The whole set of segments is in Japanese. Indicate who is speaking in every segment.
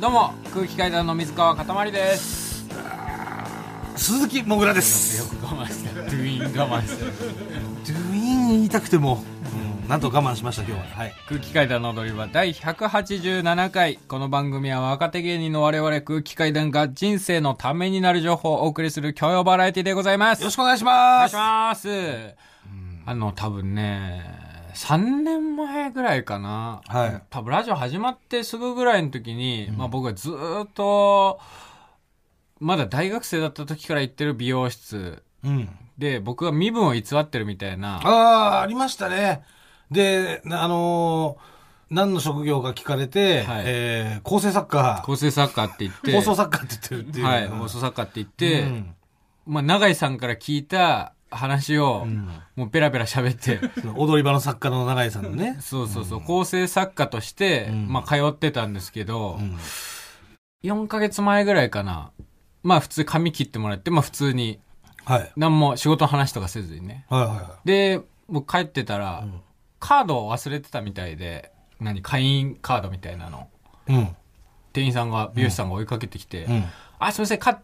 Speaker 1: どうも空気階段の水川かたまりです
Speaker 2: 鈴木もぐらです
Speaker 1: く我慢したドゥイン我慢した
Speaker 2: ドゥイーン言いたくても、うん、なんと我慢しました今日ははい
Speaker 1: 空気階段の踊り場第187回この番組は若手芸人の我々空気階段が人生のためになる情報をお送りする教養バラエティでございます
Speaker 2: よろしくお願いしま
Speaker 1: 願い
Speaker 2: す
Speaker 1: します。あの、多分ね、3年前ぐらいかな。
Speaker 2: はい
Speaker 1: 多分ラジオ始まってすぐぐらいの時に、まあ僕はずーっと、まだ大学生だった時から行ってる美容室
Speaker 2: うん
Speaker 1: で、僕が身分を偽ってるみたいな。
Speaker 2: ああーありましたねでなあのー何の職業か聞かれて、
Speaker 1: はい
Speaker 2: えー構成作家
Speaker 1: 構成作家って言って。
Speaker 2: 放送作家って言ってるっていう
Speaker 1: はい、放送作家って言って、
Speaker 2: うん
Speaker 1: まあ永井さんから聞いた話を、もうペラペラ喋っ て、
Speaker 2: その踊り場の作家の永井さんの ね
Speaker 1: そうそうそう、構成作家として、
Speaker 2: うん
Speaker 1: まあ通ってたんですけど、
Speaker 2: うん
Speaker 1: 4ヶ月前ぐらいかな。まあ普通髪切ってもらって、まあ普通に、
Speaker 2: はいはい
Speaker 1: 何も仕事の話とかせずにね。
Speaker 2: はいは
Speaker 1: で、僕帰ってたら、
Speaker 2: ん
Speaker 1: カードを忘れてたみたいで、何、会員カードみたいなの。
Speaker 2: いうん
Speaker 1: 店員さんが、美容師さんが追いかけてきて、
Speaker 2: うん
Speaker 1: あ、すいません、か、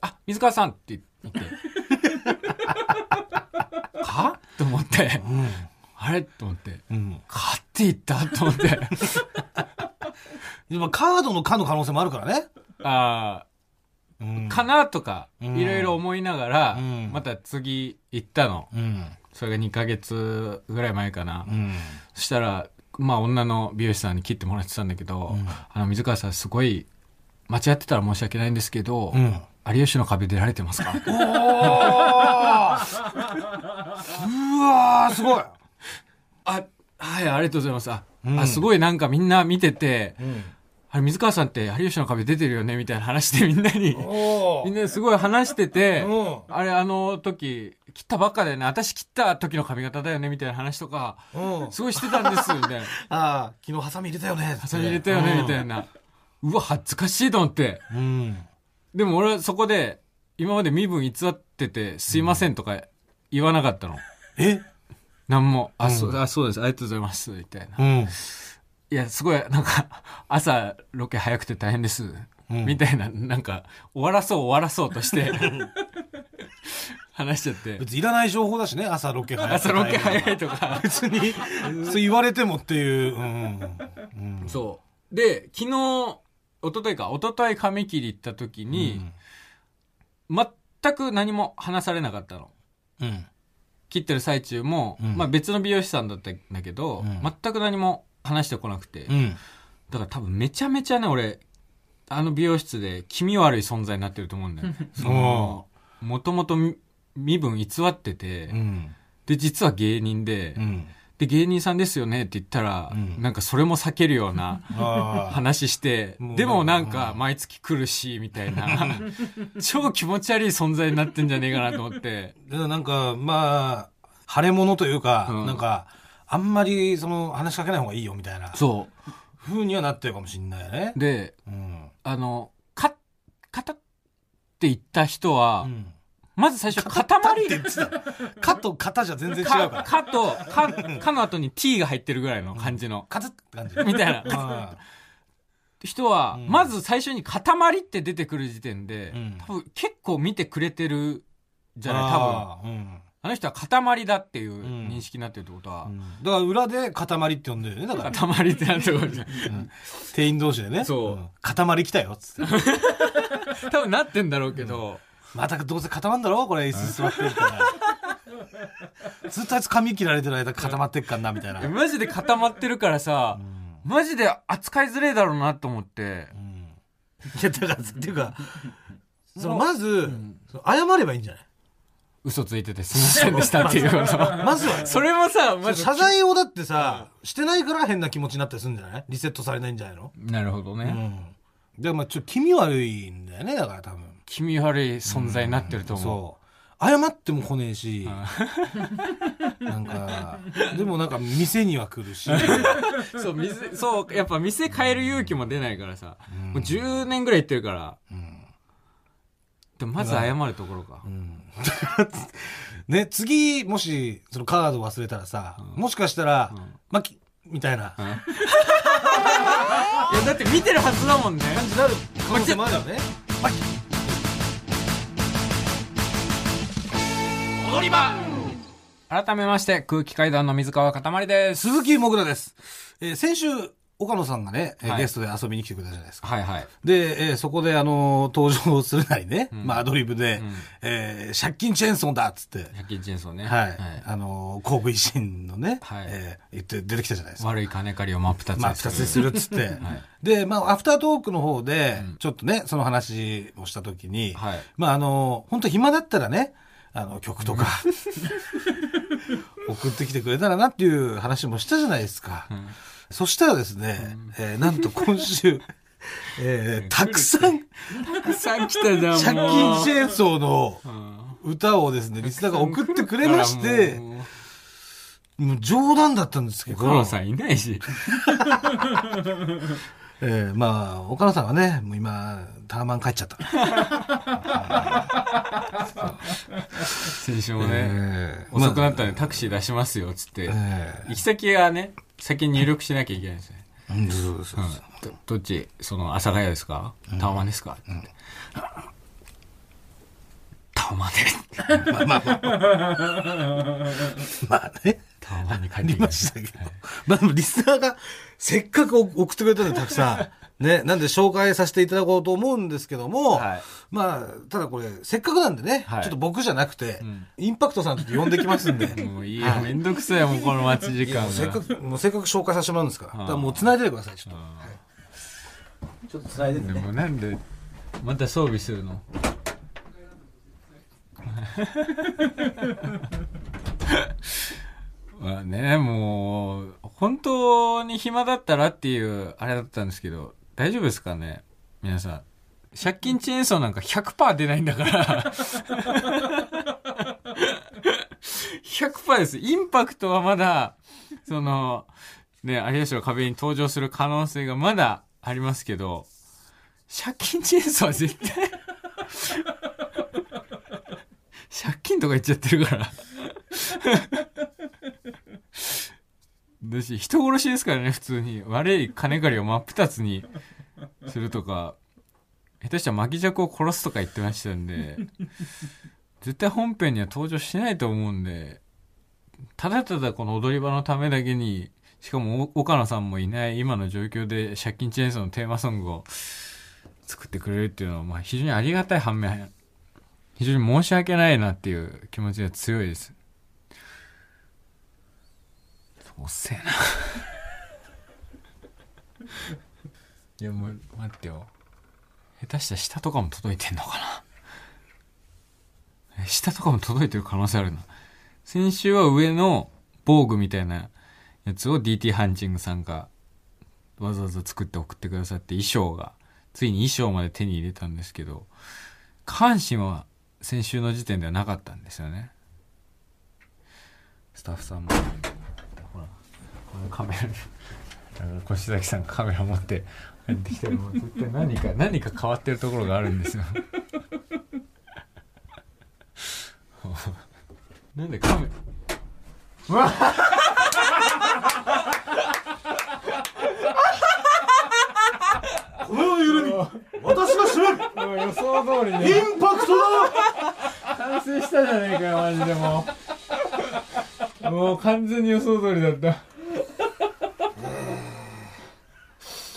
Speaker 1: あ、水川さんって言って。 かと思って、あれと思って、
Speaker 2: うん
Speaker 1: かって言ったと思って。
Speaker 2: でもカードの「か」の可能性もあるからね、
Speaker 1: ああ、
Speaker 2: うん
Speaker 1: かなとか、
Speaker 2: うん
Speaker 1: いろいろ思いながら、
Speaker 2: うん
Speaker 1: また次行ったの。
Speaker 2: うん
Speaker 1: それが2ヶ月ぐらい前かな。
Speaker 2: うん
Speaker 1: そしたら、まあ女の美容師さんに切ってもらってたんだけど、あの、水川さんすごい、間違ってたら申し訳ないんですけど、
Speaker 2: うん
Speaker 1: 有吉の壁出られてますか
Speaker 2: おーうわーすごい
Speaker 1: あ、はい、ありがとうございます。あ、
Speaker 2: うん
Speaker 1: あすごいなんかみんな見てて、
Speaker 2: ん
Speaker 1: あれ水川さんって有吉の壁出てるよねみたいな話でみんなに、
Speaker 2: お
Speaker 1: みん
Speaker 2: ー
Speaker 1: なすごい話してて、
Speaker 2: うん
Speaker 1: あれ、あの時、切ったばっかだよね。私切った時の髪型だよね、みたいな話とか、
Speaker 2: うん
Speaker 1: すごいしてたんです、み たいな。
Speaker 2: ああ昨日ハサミ入れたよね
Speaker 1: ハサミ入れたよね、みたいな。うわ、恥ずかしいと思って。
Speaker 2: うん
Speaker 1: でも俺はそこで、今まで身分偽ってて、すいませんとか言わなかったの。
Speaker 2: え
Speaker 1: なんも、あ、そう、あ、そうです、ありがとうございます、みたいな。
Speaker 2: うん
Speaker 1: いや、すごい、なんか、 朝、ロケ早くて大変です。
Speaker 2: うん
Speaker 1: みたいな、なんか、終わらそう、終わらそうとして、話しちゃって。
Speaker 2: 別にいらない情報だしね朝ロケ早い
Speaker 1: 朝ロケ早いとか。
Speaker 2: 別にそう言われてもっていううんうん
Speaker 1: そう。で、昨日、一昨日か、一昨日髪切り行った時に、全く何も話されなかったの。
Speaker 2: うん
Speaker 1: 切ってる最中も、
Speaker 2: うん
Speaker 1: まあ別の美容師さんだったんだけど、
Speaker 2: うん
Speaker 1: 全く何も話してこなくて、
Speaker 2: うん
Speaker 1: だから多分めちゃめちゃね、俺、あの美容室で気味悪い存在になってると思うんだよ。その、もともと身分偽ってて、
Speaker 2: うん
Speaker 1: で、実は芸人で、
Speaker 2: うん
Speaker 1: で、芸人さんですよねって言ったら、
Speaker 2: うん
Speaker 1: なんかそれも避けるような、
Speaker 2: あ
Speaker 1: 話して
Speaker 2: も、う
Speaker 1: でもなんか毎月来るし、みたい な、超気持ち悪い存在になってんじゃねえかなと思って、
Speaker 2: あなんかまあ腫れ物というか、
Speaker 1: うん
Speaker 2: なんかあんまりその話しかけない方がいいよみたいな
Speaker 1: そ
Speaker 2: ふうにはなってるかもしんないよね
Speaker 1: う。で、
Speaker 2: うん
Speaker 1: あの、か、かたって言った人は、
Speaker 2: うん
Speaker 1: まず最初、塊、
Speaker 2: って言ってた。 かと型じゃ全然違う
Speaker 1: か、
Speaker 2: から。
Speaker 1: かと、か、かの後に t が入ってるぐらいの感じ の、
Speaker 2: かつって感じ。
Speaker 1: みたいな
Speaker 2: あ
Speaker 1: 人は、
Speaker 2: うん
Speaker 1: まず最初に塊って出てくる時点で、
Speaker 2: うん
Speaker 1: 多分結構見てくれてる じゃない、多分。
Speaker 2: あーうん
Speaker 1: あの人は塊だっていうん認識になってるってことは、
Speaker 2: だから裏で塊って呼んでるよね。だ から、
Speaker 1: 塊ってなってるわけ じゃん。
Speaker 2: うん店員同士でね。
Speaker 1: そうん
Speaker 2: 塊来たよ、つ って。
Speaker 1: 多分なってんだろうけど、
Speaker 2: またどうせ固まんだろこれ椅子座ってるから。ずっとあいつ髪切られてる間固まってっかんな、みたいな。
Speaker 1: えマジで固まってるからさ、マジで扱いづれえだろうなと思って、
Speaker 2: いや、だから、っていうか、そのまず、その謝ればいいんじ ゃない
Speaker 1: 嘘ついててすいませんでしたっていう こと。
Speaker 2: まずはね、
Speaker 1: それもさ、まず、
Speaker 2: 謝罪をだってさ、してないから変な気持ちになったりするんじゃないリセットされないんじゃないの
Speaker 1: なるほどね、
Speaker 2: うん。で、まあちょ、気味悪いんだよね、だから多分。
Speaker 1: 気味悪い存在になってると思う。
Speaker 2: そう。謝っても来ねえし、 なんか、でもなんか店には 来るし、
Speaker 1: そう、店、そう、やっぱ店変える勇気も出ないからさ、もう10年ぐらい行ってるから、でもまず謝るところか。
Speaker 2: ね、次、もし、そのカード忘れたらさ、もしかしたら、まき、みたいな。
Speaker 1: いや、だって見見てるはずだもんね
Speaker 2: 感じになる可能性もあるよね
Speaker 1: 踊り場改めまして空気階段の水川かたまりです
Speaker 2: 鈴木もぐらです、えー先週岡野さんがね、えー
Speaker 1: はい
Speaker 2: ゲストで遊びに来てくれたじゃないですか
Speaker 1: はいはい
Speaker 2: で、えーそこで、あのー登場するなりね、
Speaker 1: ん
Speaker 2: まあ、アドリブで、
Speaker 1: ん
Speaker 2: えー借金チェーンソンだっつって、
Speaker 1: 百均チェーンソーね
Speaker 2: はい、あのー、神戸維新のね、
Speaker 1: はい
Speaker 2: えー言って出てきたじゃないですか。
Speaker 1: 悪い金借りを真っ二つ
Speaker 2: まあ、
Speaker 1: に
Speaker 2: 二つ
Speaker 1: する
Speaker 2: にするっつって。で、まあ、アフタートークの方で、ちょっとね、その話をしたときに、
Speaker 1: はい
Speaker 2: まあ、あのー、本当暇だったらね、あの、曲とか、送ってきてくれたらなっていう話もしたじゃないですか。
Speaker 1: ん
Speaker 2: そしたらですね、えーなんと今週、えーたくさん、
Speaker 1: たくさん来たじゃん
Speaker 2: 借金チ
Speaker 1: ェ
Speaker 2: ェーンソーの
Speaker 1: ーン
Speaker 2: 歌をですね、リスナーが送ってくれまして、もう冗談だったんですけ
Speaker 1: 五郎
Speaker 2: ど、
Speaker 1: さんいないし
Speaker 2: えーまあ、岡野さんはね、もう今、タワマン帰っちゃった。
Speaker 1: 先週もね
Speaker 2: えー
Speaker 1: 遅くなったんでタクシー出しますよっつって
Speaker 2: え
Speaker 1: 行き先はね先に入力しなきゃいけないんですね
Speaker 2: ーうんそうそうそう
Speaker 1: うんどどっちその阿佐ヶ谷ですかタワマンですか、ってタワマンで
Speaker 2: まあまあまあ。 まあね、
Speaker 1: タワマンに帰
Speaker 2: あ
Speaker 1: って
Speaker 2: り
Speaker 1: きま
Speaker 2: ま
Speaker 1: し
Speaker 2: したけど。まあでもリスナーが、せっかく送ってくれたのでたくさ ん。ね、なんで紹介させていただこうと思うんですけども、
Speaker 1: はい
Speaker 2: まあ、ただこれ、せっかくなんでね、
Speaker 1: はい
Speaker 2: ちょっと僕じゃなくて、
Speaker 1: ん
Speaker 2: インパクトさんちょっと呼んできますんで。
Speaker 1: たもういいよ
Speaker 2: はい
Speaker 1: めんどくさいよもうこの待ち時間
Speaker 2: もうせっか
Speaker 1: が
Speaker 2: く、もうせっかく紹介させてもらうんですから。だからもう繋いでてください、ちょっと。はいちょっと繋いでて
Speaker 1: で
Speaker 2: ね。
Speaker 1: もなんでまた装備するの まあねもう本当に暇だったらっていうあれだったんですけど大丈夫ですかね皆さん借金チェーンソーなんか100%出ないんだから。100%です。インパクトはまだ、その、ね、有吉の壁に登場する可能性がまだありますけど、借金チェーンソーは絶対借金とか言っちゃってるからだし人殺しですからね普通に悪い金借りを真っ二つにするとか下手したら巻き尺を殺すとか言ってましたんで絶対本編には登場しないと思うんでただただこの踊り場のためだけにしかもお岡野さんもいない今の状況で借金チェーンソーのテーマソングを作ってくれるっていうのは、まあ、非常にありがたい反面非常に申し訳ないなっていう気持ちが強いですおっせえな いやもう待ってよ下手したら下とかも届いてんのかなえ下とかも届いてる可能性あるな先週は上の防具みたいなやつを DT ハンチングさんがわざわざ作って送ってくださって衣装がついに衣装まで手に入れたんですけど下半身は先週の時点ではなかったんですよねスタッフさんもほらこのカメラだから越崎さんがカメラ持って入ってきたらもう絶対何か何か変わってるところがあるんですよ なんでカメラ
Speaker 2: これをゆるみ、私が知る
Speaker 1: もう予想通りね
Speaker 2: インパクトだ
Speaker 1: 完成したじゃねえかよマジでもうもう完全に予想通りだった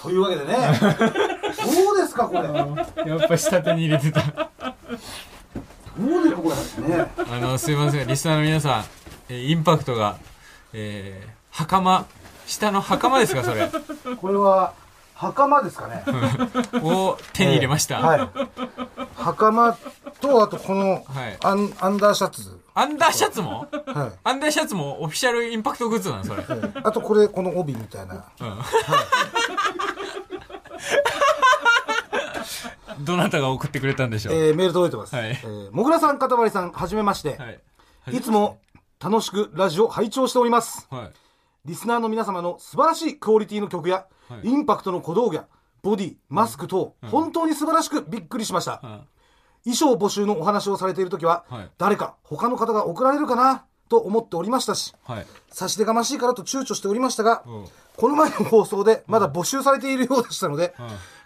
Speaker 2: というわけでね、どうですか、これ。ど
Speaker 1: やっぱ下手に入れてた
Speaker 2: うですか、これ。ね。
Speaker 1: あのすいませんリスナーの皆さん、えーインパクトがえー、袴下の袴ですかそれ
Speaker 2: これは、袴ですかね。
Speaker 1: を手に入れました、
Speaker 2: はい。袴と、あとこの、
Speaker 1: はい
Speaker 2: アンアンダーシャツ。
Speaker 1: アンダーシャツも
Speaker 2: はい。
Speaker 1: アンダーシャツもオフィシャルインパクトグッズなのそれ
Speaker 2: あとこれ、この帯みたいな。
Speaker 1: どなたが送ってくれたんでしょう、
Speaker 2: えーメール届いてます。
Speaker 1: はい
Speaker 2: えーもぐらさん、かたまりさん、はじめまして。
Speaker 1: はい
Speaker 2: いつも楽しくラジオ拝聴しております。
Speaker 1: はい
Speaker 2: リスナーの皆様の素晴らしいクオリティの曲や、
Speaker 1: はい
Speaker 2: インパクトの小道具や、ボディ、マスク等、本当に素晴らしくびっくりしました。
Speaker 1: あ
Speaker 2: 衣装募集のお話をされているときは、
Speaker 1: はい
Speaker 2: 誰か他の方が送られるかな
Speaker 3: と思っておりましたし、
Speaker 1: はい。
Speaker 3: 差し出がましいからと躊躇しておりましたが、
Speaker 1: うん
Speaker 3: この前の放送でまだ募集されているようでしたので、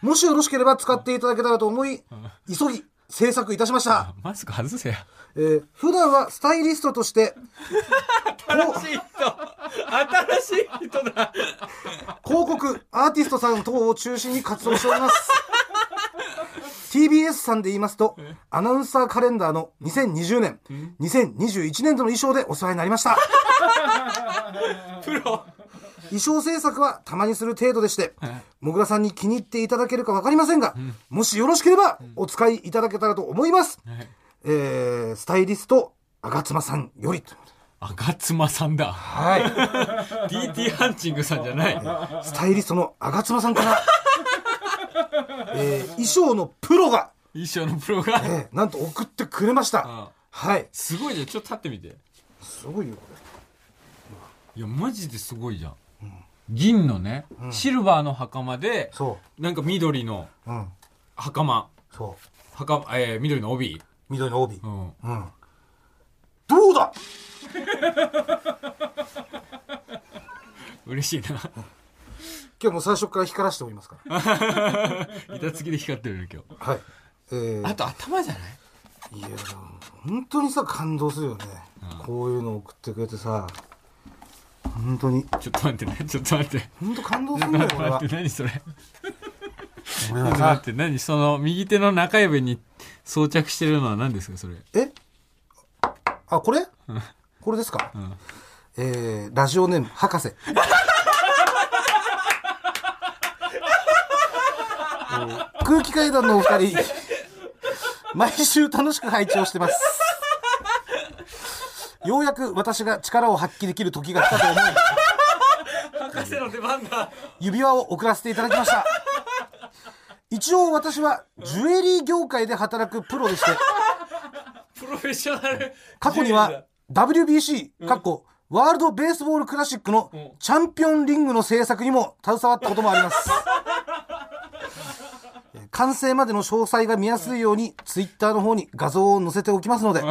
Speaker 3: もしよろしければ使っていただけたらと思い、急ぎ制作いたしました。
Speaker 1: マスク外せや。
Speaker 3: えー普段はスタイリストとして、
Speaker 1: 新しい人新しい人だ
Speaker 3: 広告、アーティストさん等を中心に活動しております。TBS さんで言いますと、アナウンサーカレンダーの2020年、2021年度の衣装でお世話になりま した。
Speaker 1: プロ
Speaker 3: 衣装制作はたまにする程度でして、もぐらさんに気に入っていただけるかわかりませんが、もしよろしければお使いいただけたらと思います。えースタイリスト、あがつまさんより。
Speaker 1: 赤妻さんだ
Speaker 3: はい。
Speaker 1: DT ハンチングさんじゃない
Speaker 3: スタイリストのあがつまさ んから、えー衣装のプロが、
Speaker 1: 衣装のプロが
Speaker 3: えーなんと送ってくれました。
Speaker 1: うん
Speaker 3: はい。
Speaker 1: すごいじゃんちょっと立ってみて
Speaker 3: すごいよ、これ。
Speaker 1: いやマジですごいじゃん、銀のね、シルバーの袴で
Speaker 3: そ
Speaker 1: なんか緑の
Speaker 3: う。うん。
Speaker 1: 袴
Speaker 3: そう。
Speaker 1: 袴、えー、緑の帯、
Speaker 3: 緑の帯。
Speaker 1: うん、
Speaker 3: うん。どうだ
Speaker 1: 嬉し いな
Speaker 3: 今日もう最初から光らせておりますから。
Speaker 1: 板付きで光ってるね今日
Speaker 3: はい。えー
Speaker 1: あと頭じゃない
Speaker 3: いや、でも本当にさ、感動するよね。こういうの送ってくれてさ、本当に、
Speaker 1: ちょっと待ってねちょっと待って
Speaker 3: 本当感動す
Speaker 1: ちょ
Speaker 3: る
Speaker 1: っ
Speaker 3: ん
Speaker 1: と
Speaker 3: だ
Speaker 1: 待
Speaker 3: よ、俺は
Speaker 1: っ。て何それ
Speaker 3: 俺
Speaker 1: ちょっ
Speaker 3: は
Speaker 1: と待
Speaker 3: さ
Speaker 1: っ、て何その右手の中指に装着してるのは何ですかそれ
Speaker 3: えあ、これこれですか、
Speaker 1: ん
Speaker 3: えー、ラジオネーム、博士。えー空気階段のお二人、毎週楽しく拝聴してます。ようやく私が力を発揮できる時が来たと思い、
Speaker 1: 博士の出番だ
Speaker 3: 指輪を送らせていただきました一応私はジュエリー業界で働くプロでして
Speaker 1: プロフェッショナル
Speaker 3: 過去には WBC かっこワールド・ベースボール・クラシックのチャンピオンリングの制作にも携わったこともあります 完成までの詳細が見やすいようにツイッターの方に画像を載せておきますので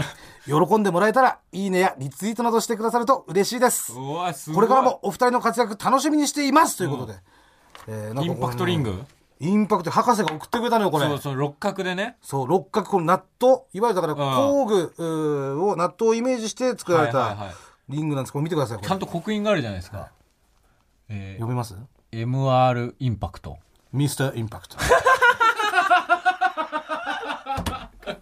Speaker 3: 喜んでもらえたらいいねやリツイートなどしてくださると嬉しいです
Speaker 1: うわすごい
Speaker 3: これからもお二人の活躍楽しみにしていますということで、えーなんかこ
Speaker 1: イ
Speaker 3: れね
Speaker 1: ンパクトリング
Speaker 3: インパクト博士が送ってくれたのよこれ
Speaker 1: そ
Speaker 3: そう
Speaker 1: そう六角でね
Speaker 3: う六角この納豆いわゆるだから工具うーを納豆をイメージして作られ
Speaker 1: はいはいは
Speaker 3: た
Speaker 1: い
Speaker 3: リングなんですこれ見てくださいこれ
Speaker 1: ちゃんと刻印があるじゃないですか、え
Speaker 3: 読めます
Speaker 1: ー、MR インパクト
Speaker 3: ミスターインパク ト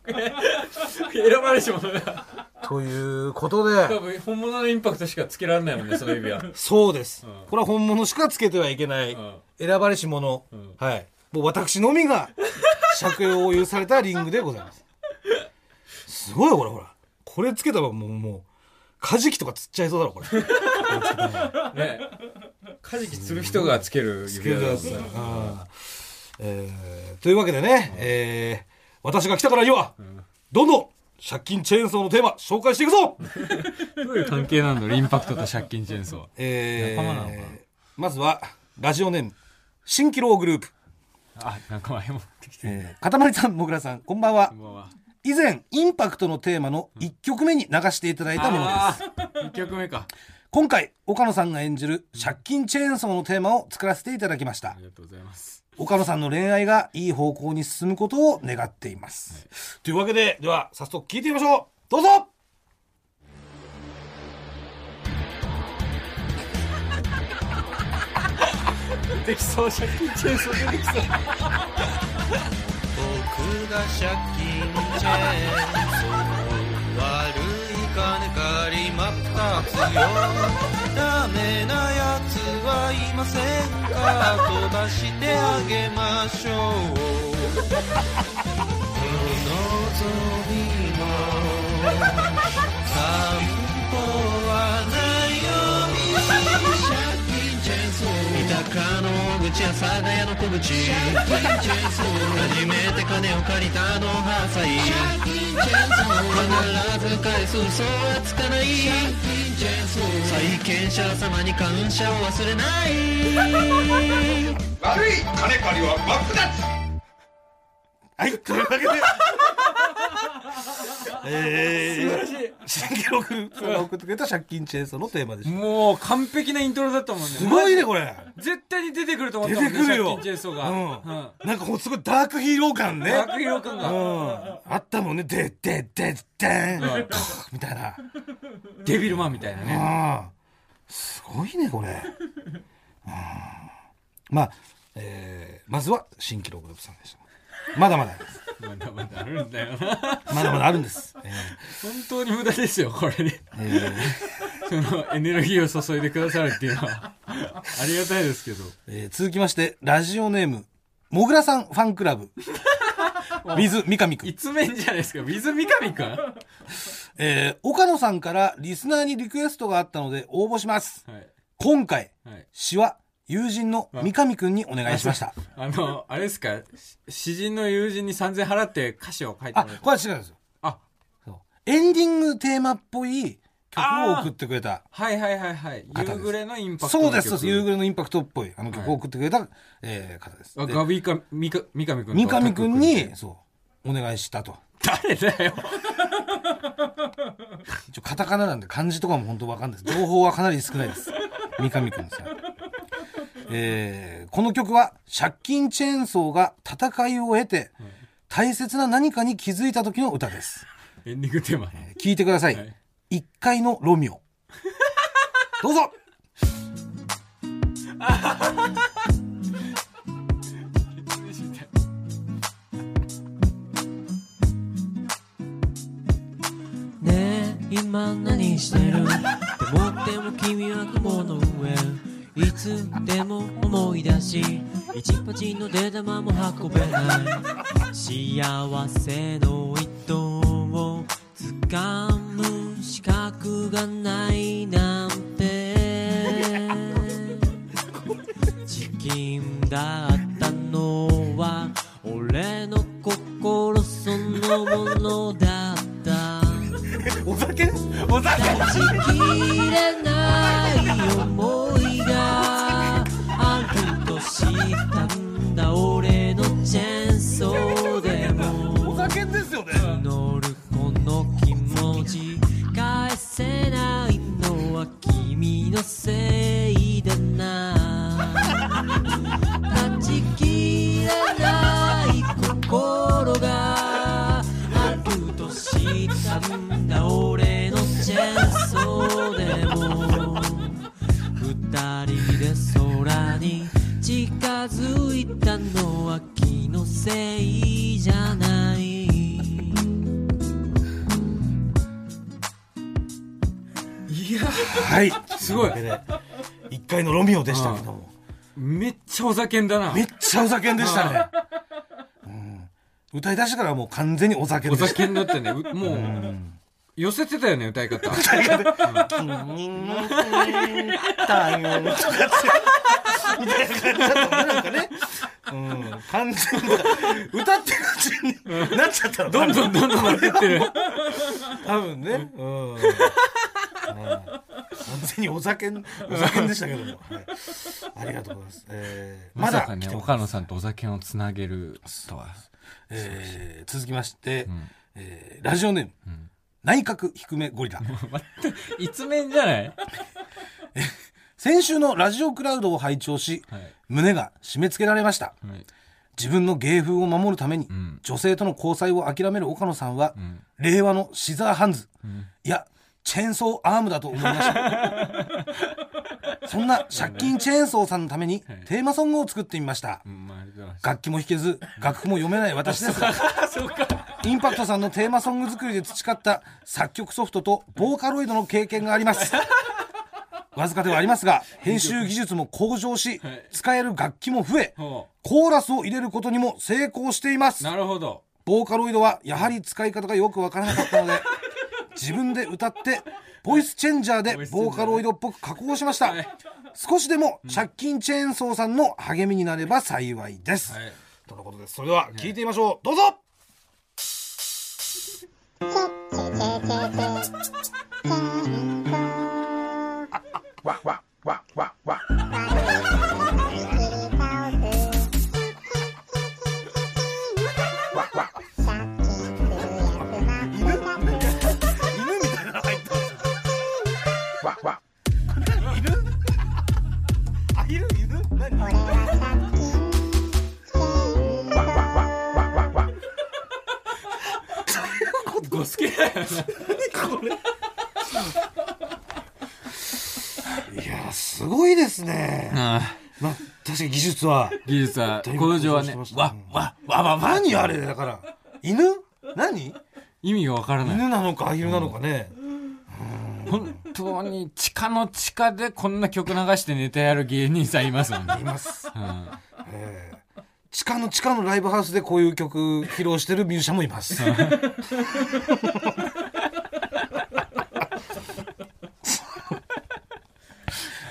Speaker 1: 選ばれし者だ
Speaker 3: ということで
Speaker 1: 分本物のインパクトしかつけられないも んねその指は
Speaker 3: そうです、これは本物しかつけてはいけない、
Speaker 1: ん
Speaker 3: 選ばれし者、はいもう私のみが借用を許されたリングでございますすごいよこれほらこれつけたらもうもうカジキとか釣っちゃいそうだろこれ
Speaker 1: ねカジキ釣る人がつける指輪だもんね
Speaker 3: えーというわけでね、えー私が来たからには、どんどん借金チェーンソーのテーマ紹介していくぞ、
Speaker 1: どういう関係なんだろうインパクトと借金チェーンソー
Speaker 3: えー
Speaker 1: 仲間なのかな
Speaker 3: まずはラジオネーム新キログループ、
Speaker 1: あなんか前も持ってきて
Speaker 3: えー、かたまりさんもぐらさんこんばんは
Speaker 1: こんばんは
Speaker 3: 以前インパクトのテーマの1曲目に流していただいたものです
Speaker 1: あー一曲目か
Speaker 3: 今回岡野さんが演じる借金チェーンソーのテーマを作らせていただきました
Speaker 1: ありがとうございます
Speaker 3: 岡野さんの恋愛がいい方向に進むことを願っています、というわけででは早速聞いてみましょうどうぞ
Speaker 1: できそう借金チェーンソー出て きそう
Speaker 4: 僕が借金チェーンソー悪い金借りまったつよ ダメなやつはいませんか飛ばしてあげましょうお望みの散歩はないように借金チェーンソー三鷹の口や佐賀屋の小口借 金チェーンソー初めて金を借りたのは浅い借金チェーンソー必ず返す嘘はつかない借金チェーンソー債権者様に感謝を忘れない
Speaker 5: 悪い金借りは真っ二つ
Speaker 3: はい、というわけで、えー、
Speaker 4: しい
Speaker 3: 新記録が送ってくれた借金チェーンソーのテーマでした。
Speaker 1: もう完璧なイントロだったもんね
Speaker 3: すごいね、これ。
Speaker 1: 絶対に出てくると思っ
Speaker 3: 出
Speaker 1: たも
Speaker 3: て
Speaker 1: んね
Speaker 3: くるよ。
Speaker 1: 借金チェーンソーが、うん
Speaker 3: うん。なんかこうすごいダークヒーロー感ね。
Speaker 1: ダークヒーロー感
Speaker 3: う
Speaker 1: が、
Speaker 3: ん。あったもんね。で、で、で、でん。
Speaker 1: うん
Speaker 3: みたいな。
Speaker 1: デビルマンみたいなね、
Speaker 3: ああすごいねこれああまあ、えーまずは新規ログループさんでしたまだまだあります
Speaker 1: まだまだあるんだよな
Speaker 3: まだまだあるんです、え
Speaker 1: 本当に無駄ですよこれで
Speaker 3: ーえー
Speaker 1: そのエネルギーを注いでくださるっていうのはありがたいですけど
Speaker 3: えー続きましてラジオネームもぐらさんファンクラ ブ水三上くん、
Speaker 1: 一面じゃないですか水三上くんは
Speaker 3: えー岡野さんからリスナーにリクエストがあったので応募します
Speaker 1: い
Speaker 3: 今回
Speaker 1: はい
Speaker 3: 詩は友人の三上くんにお願いしました
Speaker 1: あのあれですかし詩人の友人に3000払って歌詞を書いて
Speaker 3: あ
Speaker 1: もらう
Speaker 3: これは違うんですよ
Speaker 1: あ
Speaker 3: そうエンディングテーマっぽい曲を送ってくれた
Speaker 1: はいはいはいはい
Speaker 3: 方です
Speaker 1: 夕暮れのインパクトの
Speaker 3: そう
Speaker 1: 曲
Speaker 3: です、そうです。夕暮れのインパクトっぽい、あの曲を送ってくれた、えー方です。
Speaker 1: あ
Speaker 3: で
Speaker 1: ガビか三上三上くん
Speaker 3: 三
Speaker 1: とタ
Speaker 3: 上
Speaker 1: ク
Speaker 3: くんに、そう、お願いしたと。
Speaker 1: 誰だよ
Speaker 3: 一応、カタカナなんで漢字とかも本当わかんないです。情報はかなり少ないです。三上くんですよ。えーこの曲は、借金チェーンソーが戦いを得て、大切な何かに気づいた時の歌です。
Speaker 1: エンディングテーマ
Speaker 3: 聞いてくださ
Speaker 1: はい
Speaker 3: い。一階のロミオ。どうぞ
Speaker 4: ねえ今何してるでもでも君は雲の上いつでも思い出し一パチンの出玉も運べない幸せの糸を掴む資格がないなんてチキンだったのは俺の心そのものだった
Speaker 3: お酒お酒
Speaker 4: 断ち切れない思いがあると知ったんだ俺のチェーンソーで
Speaker 3: お
Speaker 4: も
Speaker 3: 酒ですよね
Speaker 4: 乗るこの気持ち返せないのは君のせいだな断ち切れない心があるとしたんだ俺のチェーンソーでも二人で空に近づいたのは気のせいじゃない
Speaker 1: いや
Speaker 3: はい。
Speaker 1: すごい
Speaker 3: とうわけで一回のロミオでしたけども。
Speaker 1: めっちゃお酒んだな
Speaker 3: めっちゃお酒んでしたね。うん。歌い出してからはもう完全にお酒
Speaker 1: お
Speaker 3: でし
Speaker 1: 酒になってねうもう寄せてたよね歌い方
Speaker 3: た。うん。太陽とかってみたいな感じだったもんね、なんかね。うん。完全に歌ってるうちになっちゃったの。
Speaker 1: どんどんどんどんなってってる
Speaker 3: 多分ね。うん。ね完全にお酒ん、お酒んでしたけども。はいありがとうございます。えーまだ
Speaker 1: さか
Speaker 3: 来
Speaker 1: ね
Speaker 3: てます
Speaker 1: 岡野さんとお酒をつなげるとは
Speaker 3: えー続きまして、えーラジオネーム、内角低めゴリラ。
Speaker 1: 一面じゃない
Speaker 3: 先週のラジオクラウドを拝聴し、
Speaker 1: はい
Speaker 3: 胸が締め付けられました。
Speaker 1: はい
Speaker 3: 自分の芸風を守るために、
Speaker 1: ん
Speaker 3: 女性との交際を諦める岡野さんは、令和のシザーハンズ、いや、チェーンソーアームだと思いました。そんな借金チェーンソーさんのために、テーマソングを作ってみました。
Speaker 1: うんまあありがとうございます
Speaker 3: 楽器も弾けず楽譜も読めない私ですがインパクトさんのテーマソング作りで培った作曲ソフトとボーカロイドの経験があり ますわずかではありますが編集技術も向上し
Speaker 1: はい
Speaker 3: 使える楽器も増え
Speaker 1: ほ
Speaker 3: コーラスを入れることにも成功しています
Speaker 1: うなるほど
Speaker 3: ボーカロイドはやはり使い方がよくわからなかったの で自分で歌ってボイスチェンジャーでボーカロイドっぽく加工しました
Speaker 1: はい
Speaker 3: 少しでも借金チェーンソーさんの励みになれば幸いです、
Speaker 1: はい
Speaker 3: とのことですそれでは聞いてみましょう、どうぞ
Speaker 6: 借金するやつは
Speaker 3: いやすごいですね、
Speaker 1: あ
Speaker 3: まあ、確かに技術は
Speaker 1: ー技術は
Speaker 3: だいぶ
Speaker 1: 工場はね
Speaker 3: 向上してま
Speaker 1: わ
Speaker 3: した
Speaker 1: わわわわ
Speaker 3: 何あれだから犬何
Speaker 1: 意味がわからない
Speaker 3: 犬なのかアヒルなのかね、
Speaker 1: 本当に地下の地下でこんな曲流してネタやる芸人さんいますもんね
Speaker 3: います、
Speaker 1: うん
Speaker 3: ええ地下の地下のライブハウスでこういう曲披露してるミュージシャンもいます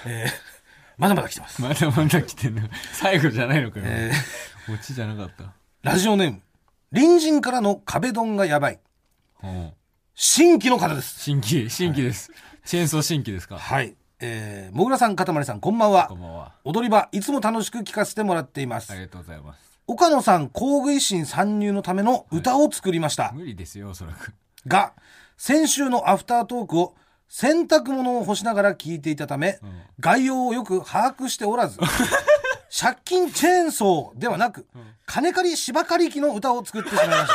Speaker 3: ええまだまだ来てます、
Speaker 1: まだまだ来てんの最後じゃないのかよ、
Speaker 3: ええ
Speaker 1: 落ちじゃなかった
Speaker 3: ラジオネーム隣人からの壁ドンがやばい
Speaker 1: うん
Speaker 3: 新規の方です
Speaker 1: 新規新規です、チェーンソー新規ですか
Speaker 3: はいええもぐらさんかたまりさんこんばんは
Speaker 1: こんばんは
Speaker 3: 踊り場いつも楽しく聞かせてもらっています、
Speaker 1: ありがとうございます
Speaker 3: 岡野さん工具維新参入のための歌を作りました、
Speaker 1: 無理ですよおそらく
Speaker 3: が先週のアフタートークを洗濯物を干しながら聞いていたため、概要をよく把握しておら ず借金チェーンソーではなく、金借り芝刈り機の歌を作ってしまいまし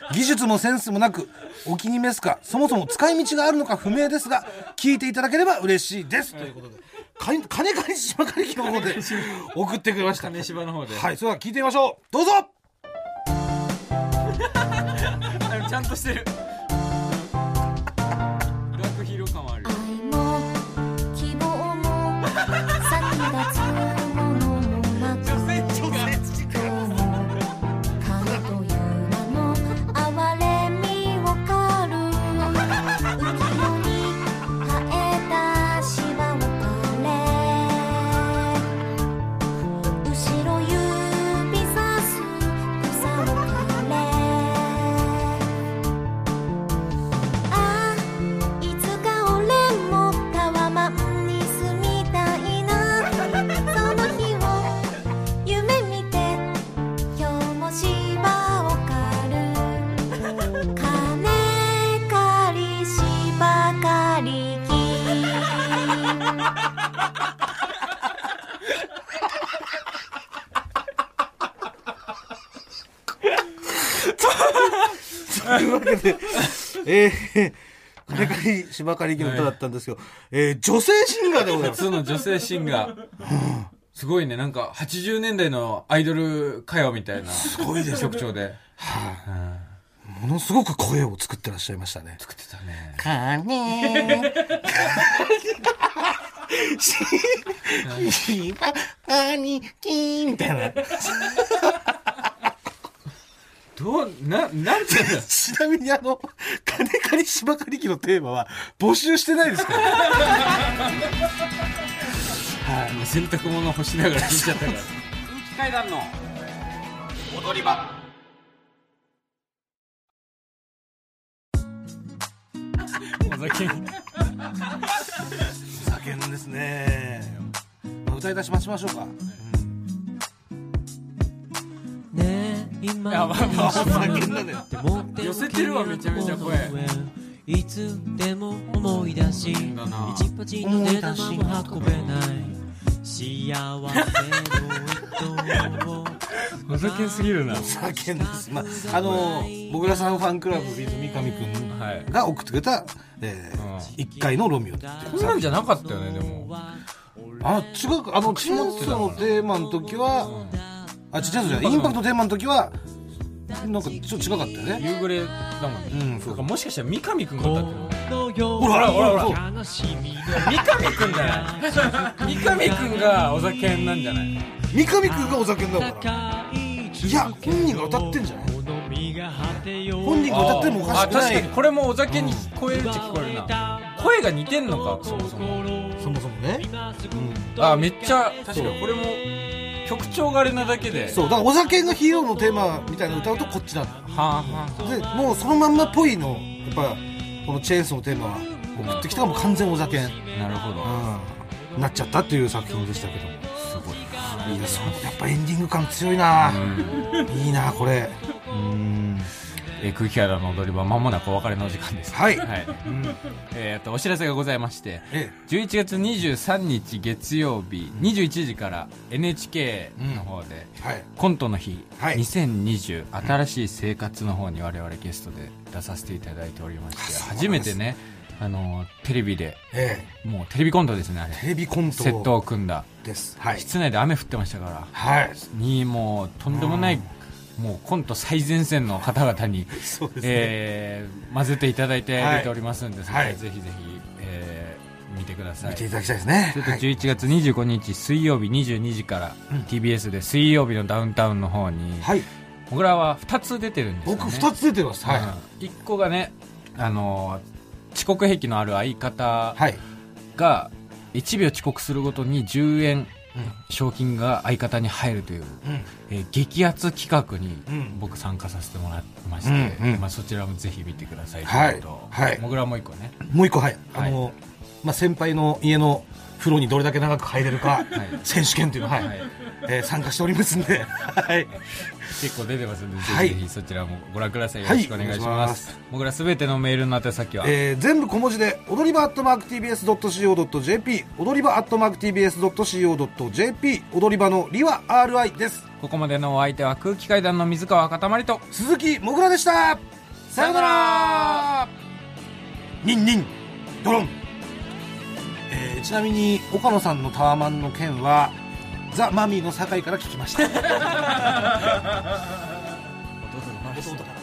Speaker 3: た技術もセンスもなくお気に召すかそもそも使い道があるのか不明ですが聞いていただければ嬉しいですということで金金借り芝刈り機の方で送ってくれました
Speaker 1: 金芝の方で、
Speaker 3: はいそれでは聞いてみましょうどうぞ
Speaker 1: あちゃんとしてるダークヒーロー感はある
Speaker 6: 愛も希望も先立つものもなくどうも金という名の哀れみを狩る浮世に生えた芝を枯れ後ろ指さす草を枯れあ「いつか俺もタワマンに住みたいな」「その日を夢見て今日も芝を刈る」「金借り芝刈り機」
Speaker 3: というわけで、えー、金借り芝刈り機の歌だったんですけど、えー、女性シンガーでございま
Speaker 1: 普
Speaker 3: す。
Speaker 1: 通の女性シンガーすごいねなんか80年代のアイドル歌謡みたいなす
Speaker 3: ごいです
Speaker 1: 曲調で
Speaker 3: ものすごく声を作ってらっしゃいましたね。
Speaker 1: 作ってたね
Speaker 3: 芝刈り機みたいな。
Speaker 1: どうななんて言うんだ
Speaker 3: ちなみにあの、金借り芝刈り機のテーマは募集してないですから。
Speaker 1: もう洗濯物干しながら聞いちゃったから空気階段の踊り場お酒
Speaker 3: 酒飲んですね。まあ歌い出し待ちましょうか。
Speaker 4: ねえ今
Speaker 1: やばい
Speaker 4: 何してる
Speaker 3: 酒飲んだね。
Speaker 4: でも手
Speaker 1: 寄
Speaker 4: の
Speaker 1: せてるわめちゃめちゃ声
Speaker 4: いつでも思い出し
Speaker 1: だな
Speaker 4: 一パチの出玉も運べない幸せの糸を
Speaker 1: お酒すぎるな
Speaker 3: 酒飲んです。まあ、あの、僕らさんファンクラブ with 三上くん
Speaker 1: はい
Speaker 3: が送ってくれた、えー
Speaker 1: うん
Speaker 3: 一回のロミオっていう
Speaker 1: こんなんじゃなかったよねでも
Speaker 3: あ違うあのチェーンソーのテーマの時は、あチェーンソーじゃないインパクトのテーマの時はなんかちょっと違かったよね
Speaker 1: 夕暮れだもんね、
Speaker 3: うんそう
Speaker 1: だからもしかしたら三上くんが歌ってるの
Speaker 4: のよう
Speaker 3: ほらほらほら
Speaker 4: な悲しみ
Speaker 1: 三上くんだよ三上くんがお酒なんじゃない
Speaker 3: 三上くんがお酒飲んだから
Speaker 4: が
Speaker 3: いや本人が歌ってんじゃない本
Speaker 4: 本
Speaker 3: 人が歌ってもおかしく
Speaker 1: あ
Speaker 3: な
Speaker 1: 確かに
Speaker 3: い
Speaker 1: これもお酒に声って聞こえるな声が似てんのかそもそも
Speaker 3: そもそもね、
Speaker 1: あめっちゃ確かにこれも曲調があれなだけで
Speaker 3: そうだからお酒のヒーローのテーマみたいなの歌うとこっちなんだ
Speaker 1: はあは
Speaker 3: でもうそのまんまっぽいのやっぱこのチェーンソーのテーマは送ってきたからもう完全お酒、うん
Speaker 1: あなるほど
Speaker 3: なっちゃったっていう作品でしたけどもいやそうやっぱエンディング感強いな、いいなこれ
Speaker 1: えー空気階段の踊り場まもなくお別れのお時間です
Speaker 3: はい
Speaker 1: はいえーっとお知らせがございまして
Speaker 3: え
Speaker 1: 11月23日月曜日21時から NHK の方で、
Speaker 3: えはい
Speaker 1: コントの日、
Speaker 3: はい
Speaker 1: 2020新しい生活の方に我々ゲストで出させていただいておりまして
Speaker 3: そうなんです
Speaker 1: 初めてねあのテレビで
Speaker 3: え
Speaker 1: もうテレビコントですねあれ
Speaker 3: えテレビコント
Speaker 1: セットを組んだ
Speaker 3: ですはい
Speaker 1: 室内で雨降ってましたから
Speaker 3: はい
Speaker 1: にもうとんでもない、もうコント最前線の方々に、
Speaker 3: そうですね
Speaker 1: えー混ぜていただいて
Speaker 3: はい
Speaker 1: 出ておりますんで、そ
Speaker 3: はい
Speaker 1: れぜひぜひ、えー見てください
Speaker 3: 見ていただきたいですね
Speaker 1: それと
Speaker 3: はい
Speaker 1: 11月25日水曜日22時から TBS で水曜日のダウンタウンの方に、
Speaker 3: はい
Speaker 1: 僕らは2つ出てるんですよ、ね、
Speaker 3: 僕2つ出てますはい
Speaker 1: い、1個がねあの遅刻癖のある相方
Speaker 3: はい
Speaker 1: が1秒遅刻するごとに10円賞金が相方に入るという、
Speaker 3: うん
Speaker 1: えー激アツ企画に
Speaker 3: うん
Speaker 1: 僕参加させてもらってまして、
Speaker 3: うんうん
Speaker 1: まあ、そちらもぜひ見てください
Speaker 3: はい
Speaker 1: ということ
Speaker 3: はい
Speaker 1: もぐらもう一個ね、
Speaker 3: もう一個はい、
Speaker 1: はい
Speaker 3: あの、まあ、先輩の家の風呂にどれだけ長く入れるか、選手権というのは、はい
Speaker 1: はい
Speaker 3: えー参加しておりますんで、 はい、
Speaker 1: 結構出てますんで、
Speaker 3: はい
Speaker 1: ぜひぜひそちらもご覧くださいよ
Speaker 3: はい
Speaker 1: ろしくお願いします,、
Speaker 3: お願いし
Speaker 1: もぐらすべてのメールの宛先は、
Speaker 3: えー全部小文字で踊り場アットマーク TBS.CO.JP 踊り場アットマーク TBS.CO.JP 踊り場のりは RI です
Speaker 1: ここまでのお相手は空気階段の水川かたまりと
Speaker 3: 鈴木もぐらでしたさよならニンニンドロン、えーちなみに岡野さんのタワマンの件はザ・マミーの酒井から聞きました弟から